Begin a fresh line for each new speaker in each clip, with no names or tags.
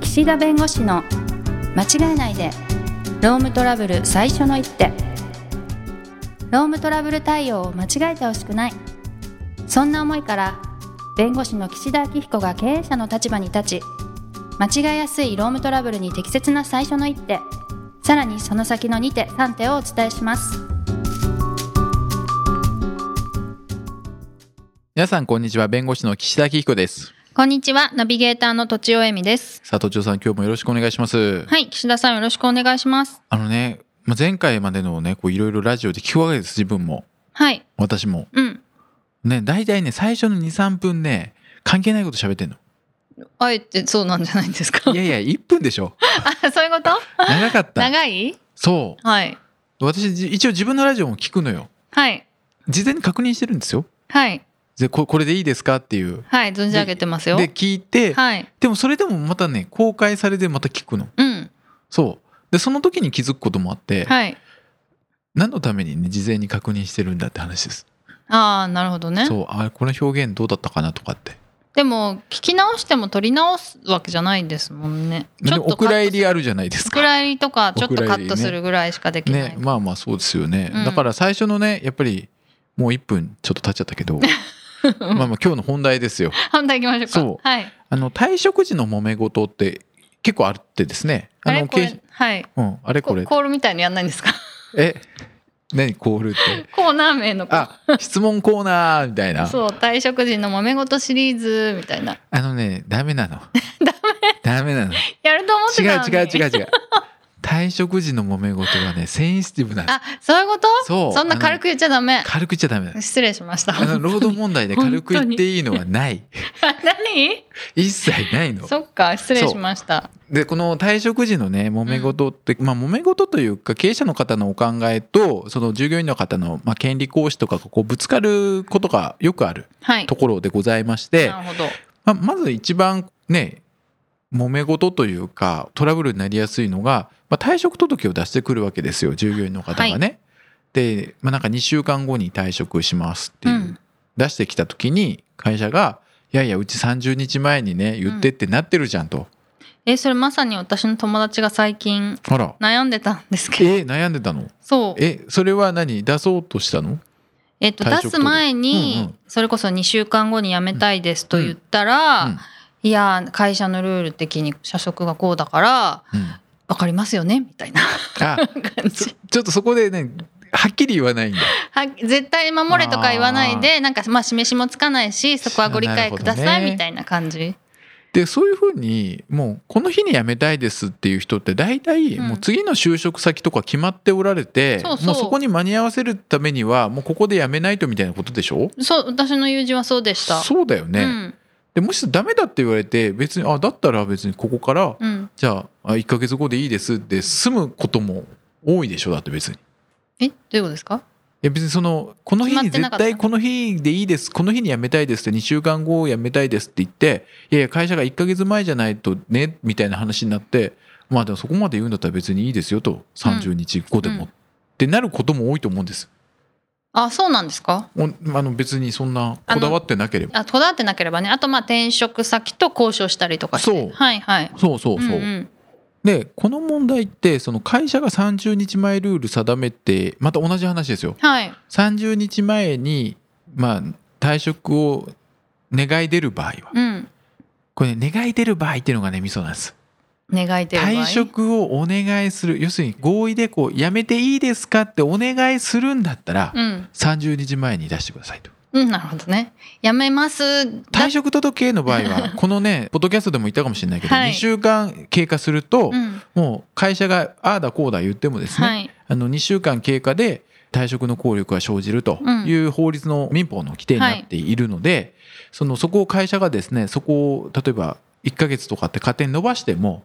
岸田弁護士の間違えないでロームトラブル最初の一手ロームトラブル対応を間違えてほしくないそんな思いから弁護士の岸田明彦が経営者の立場に立ち間違えやすいロームトラブルに適切な最初の一手さらにその先の2手3手をお伝えします
皆さんこんにちは弁護士の岸田明彦です
こんにちはナビゲーターのとちおえみです
さあ都庁さん今日もよろしくお願いします
はい岸田さんよろしくお願いします
あのねまあ前回までのねこういろいろラジオで聞くわけです自分も
はい
私も
うん
ね大体ね最初の23分ね関係ないこと喋 ってんの
あえて そうなんじゃないですか
いやいや1分でしょ
あそういうこと
長かっ た
長い
そ
はい。
う私じ一応自分のラジオも聞くのよ
はい。
事前に確認してるんですよ
はい。
でここれでいいですかっていう
はい。存じ上げてますよ。
で聞いて、
はい。
でもそれでもまたね公開されてまた聞くの
うん。
そうでその時に気づくこともあって、
はい。
何のためにね事前に確認してるんだって話です
ああ、なるほどね。
そうあこの表現どうだったかなとかって
でも、聞き直しても取り直すわけじゃないですもんね。
でも
カッ
お
ト
蔵入りあるじゃないです
お
か
蔵入りとか、ちょっとカット
お蔵入りね
するぐらいしかできない。
ねまあまあそうですよね、
うん
だから最初のねやっぱりもう1分ちょっと経っちゃった けどまあまあ今日の本題ですよ
反対行きましょう
そ
か。はい。
あの退職時の揉め事って結構あってですね
あ
の
れこれ、はい。
経うん、あれこ
こ
れ
コールみたいのやんないんですか
え何コールって
コーナー名のコー
あ質問コーナーみたいな
そう退職時の揉め事シリーズみたいな
あのねダメな のダメなの
やると思っ
違
てたの
う
に
違う違
う
う違う退職時の揉め事はねセンシティブなの
あそういうこと
そう
そんな軽く言っちゃダメ
軽く言っちゃダメなの
失礼しました
あの労働問題で軽く言っていいのはない
何
一切ないの
そっか失礼しました
でこの退職時のね揉め事って、まあ揉め事というか経営者の方のお考えとその従業員の方の、まあ、権利行使とかがこうぶつかることがよくある
はい
ところでございまして、
なるほど
まあ、まず一番ね揉め事というかトラブルになりやすいのが、まあ、退職届を出してくるわけですよ従業員の方がね。で、まあ、なんか2週間後に退職しますっていう、
うん
出してきた時に会社が「いやいやうち30日前にね言ってってなってるじゃん」と。
えそれまさに私の友達が最近
あら
悩んでたんですけど
え悩んでたの
そう
えそれは何出そうとしたの
えっと
退
出
職
す前
うんう
に
ん
それこそ2週間後に辞めたいですと言ったら、
うん
いや会社のルール的に社食がこうだから
うん、
わかりますよねみたいな
あ
感
ちょ
じ
ちょっとそこでねはっきり言わないんだ。
は絶対守れとか言わないでなんかまあ示しもつかないしそこはご理解くだ
な
さ
るほど
い
ね
みたいな感じ
でそういうふうにもうこの日に辞めたいですっていう人って大体
うん
もう次の就職先とか決まっておられて、
そうそう
もうそこに間に合わせるためにはもうここで辞めないとみたいなことでしょ
そう私の友人はそうでした
そうだよね、
うん
でもしダメだって言われて別にあだったら別にここから
うん、
じゃああ1ヶ月後でいいですって済むことも多いでしょだって別に。
えどういうことですか
いや別にそのこの日に
決まってなか
絶
った
対この日でいいですこの日に辞めたいですって2週間後辞めたいですって言っていやいや会社が1ヶ月前じゃないとねみたいな話になってまあでもそこまで言うんだったら別にいいですよと30日後でも、
うん
ってなることも多いと思うんです
あそうなんですか
おあの別にそんなこだわってなければ
あこだわってなければねあとまあ転職先と交渉したりとかして
そう
はいはい
そうそうそう、
んん
でこの問題ってその会社が30日前ルール定めてまた同じ話ですよ
はい
30日前にまあ退職を願い出る場合は
うん
これね願い出る場合っていうのがねミソなんです
願い出る場合
退職をお願いする要するに合意でこうやめていいですかってお願いするんだったら、
うん、
30日前に出してくださいと
うん、なるほどねやめますだ
退職届の場合 はこのねポッドキャストでも言ったかもしれないけど、
はい
2週間経過すると、
うん
もう会社がああだこうだ言ってもですね、
はい
あの2週間経過で退職の効力が生じるという法律の民法の規定になっているので、そのそこを会社がですねそこを例えば1ヶ月とかって勝手に伸ばしても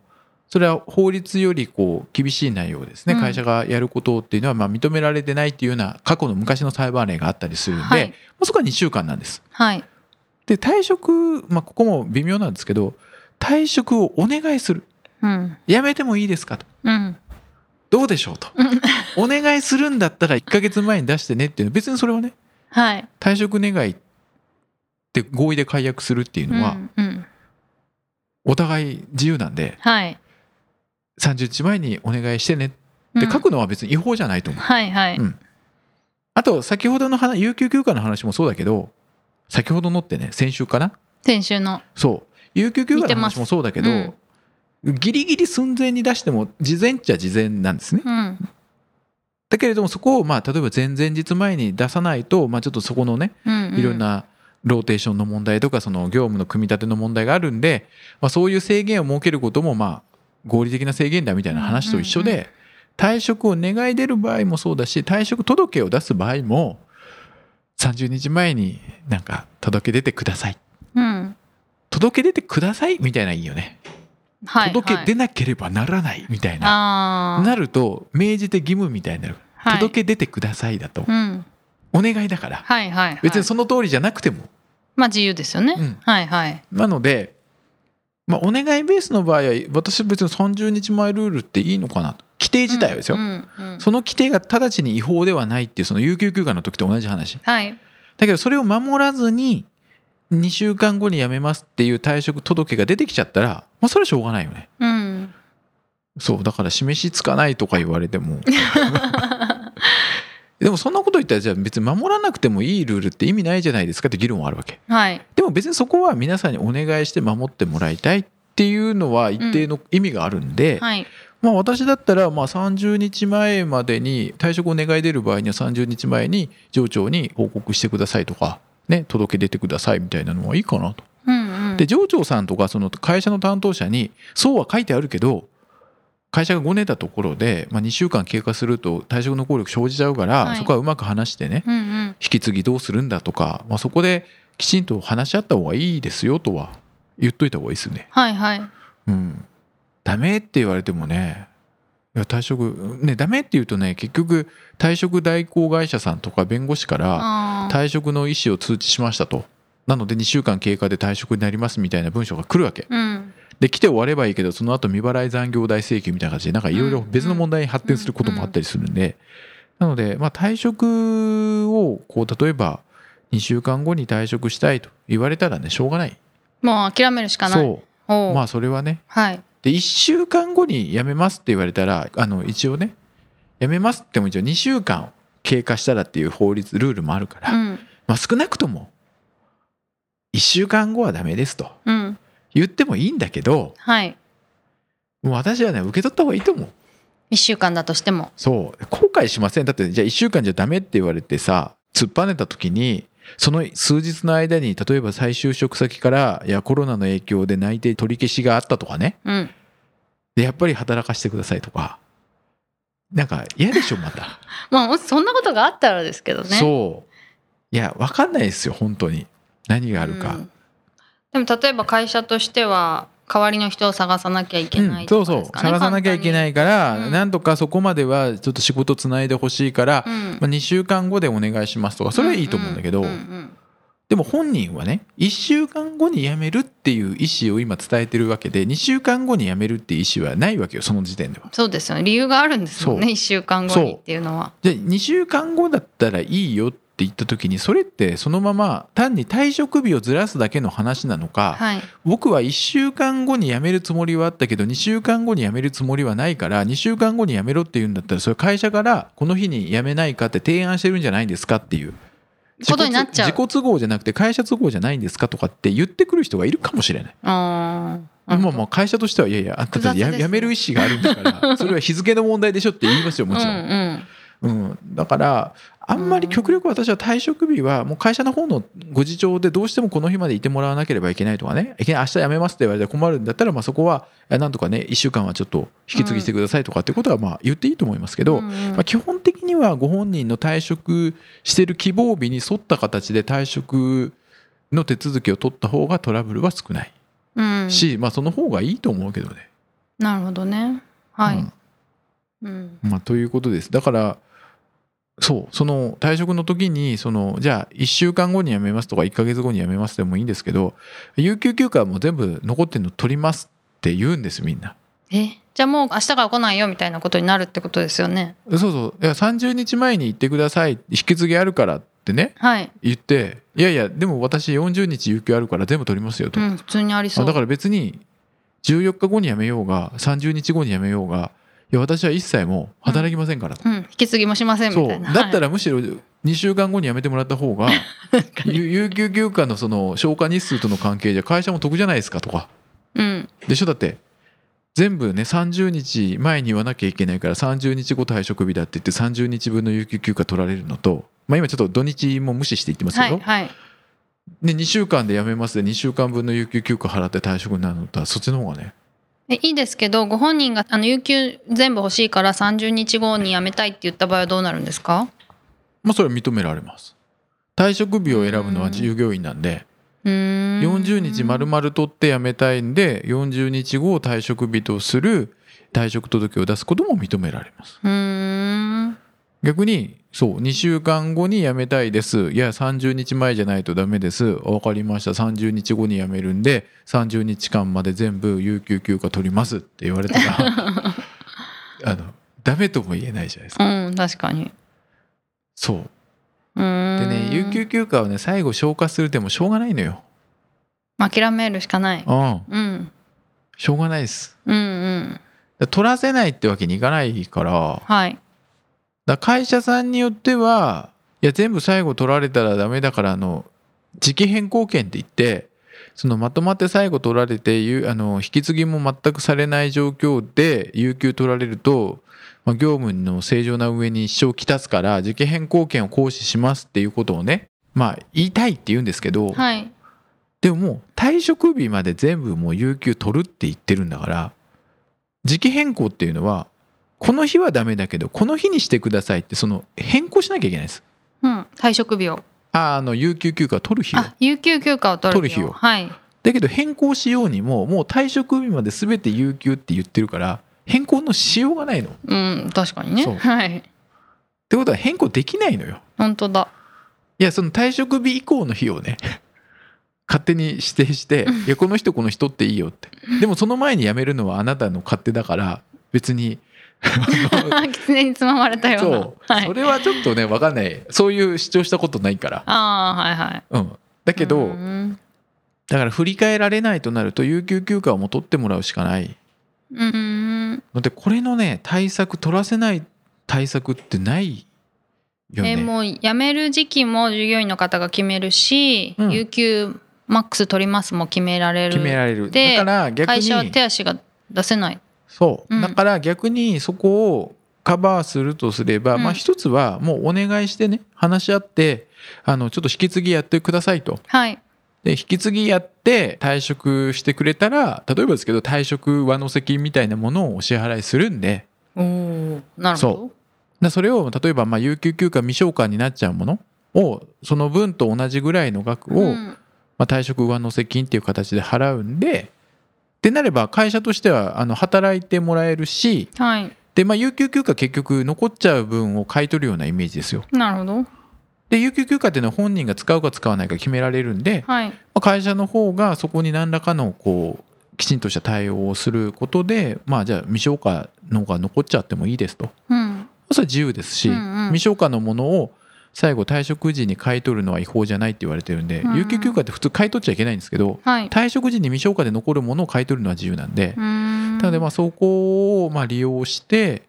それは法律よりこう厳しい内容をですね、
うん
会社がやることっていうのはまあ認められてないっていうような過去の昔の裁判例があったりするんで、
はい
まあそこは2週間なんです。
はい
で退職、まあ、ここも微妙なんですけど退職をお願いする
うん
やめてもいいですかと
うん
どうでしょう と
うん
お願いするんだったら1ヶ月前に出してねっていうの別にそれはね
はい
退職願いって合意で解約するってい
う
うのは、
んうん
お互い自由なんで
はい。
30日前にお願いしてねっ
う
て
ん
書くのは別に違法じゃないと思う、
はいはい。
うんあと先ほどの話有給休暇の話もそうだけど先ほどのってね先週かな
先週の。
そう有給休暇
見て
の
ま
話
す
もそうだけど、ギリギリ寸前に出しても事前っちゃ事前なんですね
うん。
だけれどもそこをまあ例えば前々日前に出さないと、まあ、ちょっとそこのね
うん、うん。
いろん。なローテーションの問題とかその業務の組み立ての問題があるんで、まあ、そういう制限を設けることもまあ合理的な制限だみたいな話と一緒で、
うん
退職を願い出る場合もそうだし退職届を出す場合も30日前になんか届け出てください
うん。
届け出てくださいみたいないいよね、
はい、はい。
届け出なければならないみたいな
ああ。
なると明示的義務みたいになる、
はい
届け出てくださいだと
うん。
お願いだから、
はいはい、はい。
別にその通りじゃなくても
まあ自由ですよね。
うん
はいはい。
なので、まあ、お願いベースの場合は私別に30日前ルールっていいのかなと規定自体はですよ、
うんうん、
その規定が直ちに違法ではないっていうその有給休暇の時と同じ話
はい。
だけどそれを守らずに2週間後に辞めますっていう退職届が出てきちゃったら、まあ、それはしょうがないよね
うん。
そうだから示しつかないとか言われて もでもそんなこと言ったらじゃあ別に守らなくてもいいルールって意味ないじゃないですかって議論はあるわけ
はい。
でも別にそこは皆さんにお願いして守ってもらいたいっていうのは一定の意味があるんで、
はい。
まあ私だったらまあ30日前までに退職を願い出る場合には30日前に上長に報告してくださいとか、ね、届け出てくださいみたいなのはいいかなと。
うんうん。
で上長さんとかその会社の担当者にそうは書いてあるけど会社がごねたところで、まあ、2週間経過すると退職の効力生じちゃうから、
はい
そこはうまく話してね
うんうん。
引き継ぎどうするんだとか、まあ、そこできちんと話し合った方がいいですよとは言っといた方がいいですね。
はいはい。
うん、ダメって言われてもねいや退職ねダメって言うとね結局退職代行会社さんとか弁護士から
ああ。
退職の意思を通知しましたと。なので2週間経過で退職になりますみたいな文章が来るわけ
うん。
で来て終わればいいけどその後未払い残業代請求みたいな感じでなんかいろいろ別の問題に発展することもあったりするんでなのでまあ退職をこう例えば2週間後に退職したいと言われたらねしょうがない
もう諦めるしかない。
そ
お
う
う
まあそれはね
はい。
で1週間後に辞めますって言われたらあの一応ね辞めますっても一応2週間経過したらっていう法律ルールもあるから、
うん。
まあ少なくとも1週間後はダメですと
うん。
言ってもいいんだけど
はい。
もう私はね受け取った方がいいと思う。
一週間だとしても。
そう後悔しませんだってじゃあ1週間じゃダメって言われてさ突っぱねた時にその数日の間に例えば再就職先からいやコロナの影響で内定取り消しがあったとかね
うん。
でやっぱり働かせてくださいとかなんか嫌でしょまた、
まあそんなことがあったらですけどね。
そういや分かんないですよ本当に何があるか、
うんでも例えば会社としては代わりの人を探さなきゃいけない、。
うんそうそう探さなきゃいけないいから、
うん
なんとかそこまではちょっと仕事つないでほしいから、
うん
まあ、2週間後でお願いしますとかそれはいいと思うんだけど、
うんうん
でも本人はね1週間後に辞めるっていう意思を今伝えてるわけで2週間後に辞めるっていう意思はないわけよその時点では。
そうですよね。理由があるんですもんね。
そう
一週間後にっていうのは。
じゃあ2週間後だったらいいよって言った時にそれってそのまま単に退職日をずらすだけの話なのか、
はい。
僕は1週間後に辞めるつもりはあったけど2週間後に辞めるつもりはないから2週間後に辞めろって言うんだったらそれ会社からこの日に辞めないかって提案してるんじゃないんですかっていう。
ことになっちゃう
自己都合じゃなくて会社都合じゃないんですかとかって言ってくる人がいるかもしれない。
ああ。
まあまあ会社としてはいやいやあんたたち
複雑
や
ですね
辞める意思があるんだから それは日付の問題でしょって言いますよもちろ
うん
ん、
う
う
ん。
ん、だからあんまり極力私は退職日はもう会社の方のご事情でどうしてもこの日までいてもらわなければいけないとかねいきなり明日辞めますって言われて困るんだったらまあそこはえなんとかね1週間はちょっと引き継ぎしてくださいとかってことはまあ言っていいと思いますけど、
うんうん
まあ、基本的にはご本人の退職してる希望日に沿った形で退職の手続きを取った方がトラブルは少ない
うん、
し、まあ、その方がいいと思うけどね。
なるほどね。はい。
うん
うん。
まあ、ということですだからそうその退職の時にそのじゃあ1週間後に辞めますとか1ヶ月後に辞めますでもいいんですけど有給休暇はもう全部残ってるの取りますって言うんですみんな。
え、じゃあもう明日から来ないよみたいなことになるってことですよね。
そうそういや30日前に行ってください引き継ぎあるからってね
はい。
言っていやいやでも私40日有給あるから全部取りますよと、
うん、普通にありそう。
だから別に14日後に辞めようが30日後に辞めようがいや私は一切もう働きませんからと、
うん、引き継ぎもしません
そ
み
う
たいな。
だった
ら、
らむしろ2週間後に辞めてもらった方 がゆ有給休暇のその消化日数との関係じゃ会社も得じゃないですかとか
うん、
でしょだって全部ね30日前に言わなきゃいけないから30日後退職日だって言って30日分の有給休暇取られるのと、まあ、今ちょっと土日も無視して言ってます
は
けど、
いはい。
で2週間で辞めますで2週間分の有給休暇払って退職になるのとはそっちの方がね
えいいですけどご本人があの有給全部欲しいから30日後に辞めたいって言った場合はどうなるんですか
まあそれは認められます退職日を選ぶのは従業員なんで、
うーん
40日丸々取って辞めたいんで40日後を退職日とする退職届を出すことも認められます
うーん
逆にそう2週間後に辞めたいですいや30日前じゃないとダメです分かりました30日後に辞めるんで30日間まで全部有給休暇取りますって言われたら あのダメとも言えないじゃないですか
うん確かに
そう
うーん
でね有給休暇をね最後消化するでもしょうがないのよ
諦めるしかない
うん
うん
しょうがないです
うんうん
だから取らせないってわけにいかないから
はい
だから会社さんによってはいや全部最後取られたらダメだからあの時期変更権って言ってそのまとまって最後取られてゆあの引き継ぎも全くされない状況で有給取られると、まあ、業務の正常な上に支障をきたすから時期変更権を行使しますっていうことをねまあ言いたいって言うんですけど、
はい
でももう退職日まで全部もう有給取るって言ってるんだから時期変更っていうのはこの日はダメだけどこの日にしてくださいってその変更しなきゃいけないです
うん退職日を
ああの有給休暇取る日を
あ有給休暇を取る日を
取る日を
はい
だけど変更しようにももう退職日まで全て有給って言ってるから変更のしようがないのっ
うん確かにね
そう
はい
てことは変更できないのよ
本当だ
いやその退職日以降の日をね 勝手に指定して「いやこの人この人っていいよ」ってでもその前に辞めるのはあなたの勝手だから別 に
狐につままれたような
そう、
はい、
それはちょっとね分かんないそういう主張したことないから、
ああはいはい
うん、だけど、
うん
だから振り返られないとなると有給休暇をもう取ってもらうしかない
うん
のでこれのね対策取らせない対策ってないよね、
えーもう辞める時期も従業員の方が決めるし、
うん
有給マックス取りますも決められる
決められる
で
だから逆
会社は
に
手足が出せない
そう、
うん
だから逆にそこをカバーするとすれば、
うん
まあ一つはもうお願いしてね話し合ってあのちょっと引き継ぎやってくださいと
はい
で引き継ぎやって退職してくれたら例えばですけど退職和の席みたいなものをお支払いするんで
おおなるほど
そだそれを例えばまあ有給休暇未償還になっちゃうものをその分と同じぐらいの額を、
ん
まあ、退職上乗せ金っていう形で払うんでってなれば会社としてはあの働いてもらえるし
はい
で、まあ、有給休暇結局残っちゃう分を買い取るようなイメージですよ。
なるほど
で有給休暇っていうのは本人が使うか使わないか決められるんで、
はい
まあ会社の方がそこに何らかのこうきちんとした対応をすることでまあじゃあ未消化のが残っちゃってもいいですと
うん
それは自由ですし、
うんうん
未消化のものを最後退職時に買い取るのは違法じゃないって言われてるんで、
うん
有給休暇って普通買い取っちゃいけないんですけど
はい
退職時に未消化で残るものを買い取るのは自由なんで、
うーん
なのでまあそこをまあ利用して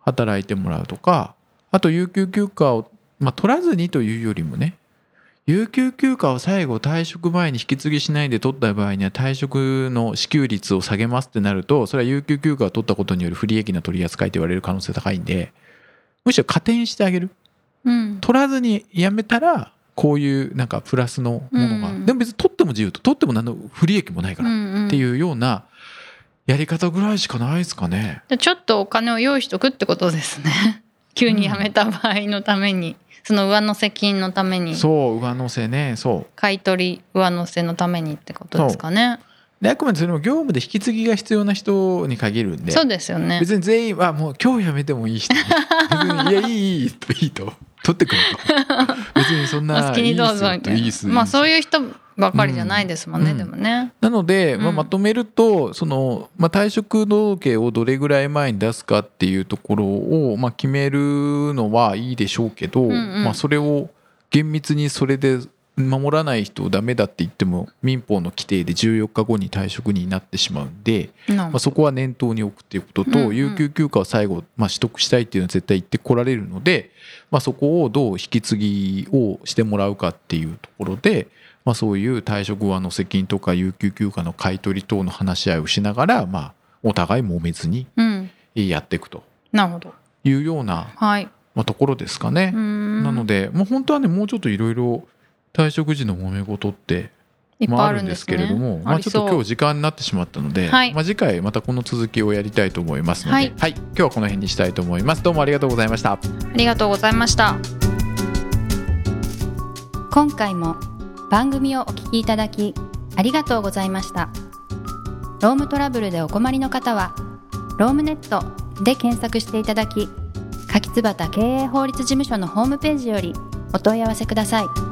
働いてもらうとかあと有給休暇を、まあ、取らずにというよりもね有給休暇を最後退職前に引き継ぎしないで取った場合には退職の支給率を下げますってなるとそれは有給休暇を取ったことによる不利益な取り扱いと言われる可能性高いんでむしろ加点してあげる
うん
取らずにやめたらこういうなんかプラスのものが、
うん
でも別に取っても自由と取っても何の不利益もないか
う
ら、
んうん
っていうようなやり方ぐらいしかないですかね。
でちょっとお金を用意しとくってことですね 急に辞めた場合のために、その上乗せ金のために
そう上乗せねそ
買い取り上乗せのためにってことですかね
うであくまでそれも業務で引き継ぎが必要な人に限るんで
そうですよね
別に全員はもう今日やめてもいい人別にいやいいいいいいといいと取ってくれ と別にそんな
お好きにどうぞみたいな
いっ
い
すいいっす
まあそういう人ばかりじゃないですもんね、
うん
でもね
なので、まあ、
うん
まとめるとその、まあ、退職届をどれぐらい前に出すかっていうところを、まあ、決めるのはいいでしょうけど、
んうん
まあ、それを厳密にそれで守らない人ダメだって言っても民法の規定で14日後に退職になってしまうんで、まあ、そこは念頭に置くっていうことと、
うんうん
有給休暇を最後、まあ、取得したいっていうのは絶対言ってこられるので、まあ、そこをどう引き継ぎをしてもらうかっていうところで、まあ、そういう退職後はの責任とか有給休暇の買い取り等の話し合いをしながら、まあ、お互い揉めずに
うん
やっていくと
なるほど
いうような、
はい
まあ、ところですかね。な
な
のでもう本当はねもうちょっといろいろ退職時の揉め事って
いっぱ
ま
い
あ
あ
あ
る
る
ん
ん
で
ですす
ね
けれども、まあ、ちょっと今日時間になってしまったので、
はい
まあ、次回またこの続きをやりたいと思いますので、
はい
はい、今日はこの辺にしたいと思います。どうもありがとうございました。
ありがとうございました
今回も番組をお聞きいただきありがとうございましたロームトラブルでお困りの方は「ロームネット」で検索していただき柿椿経営法律事務所のホームページよりお問い合わせください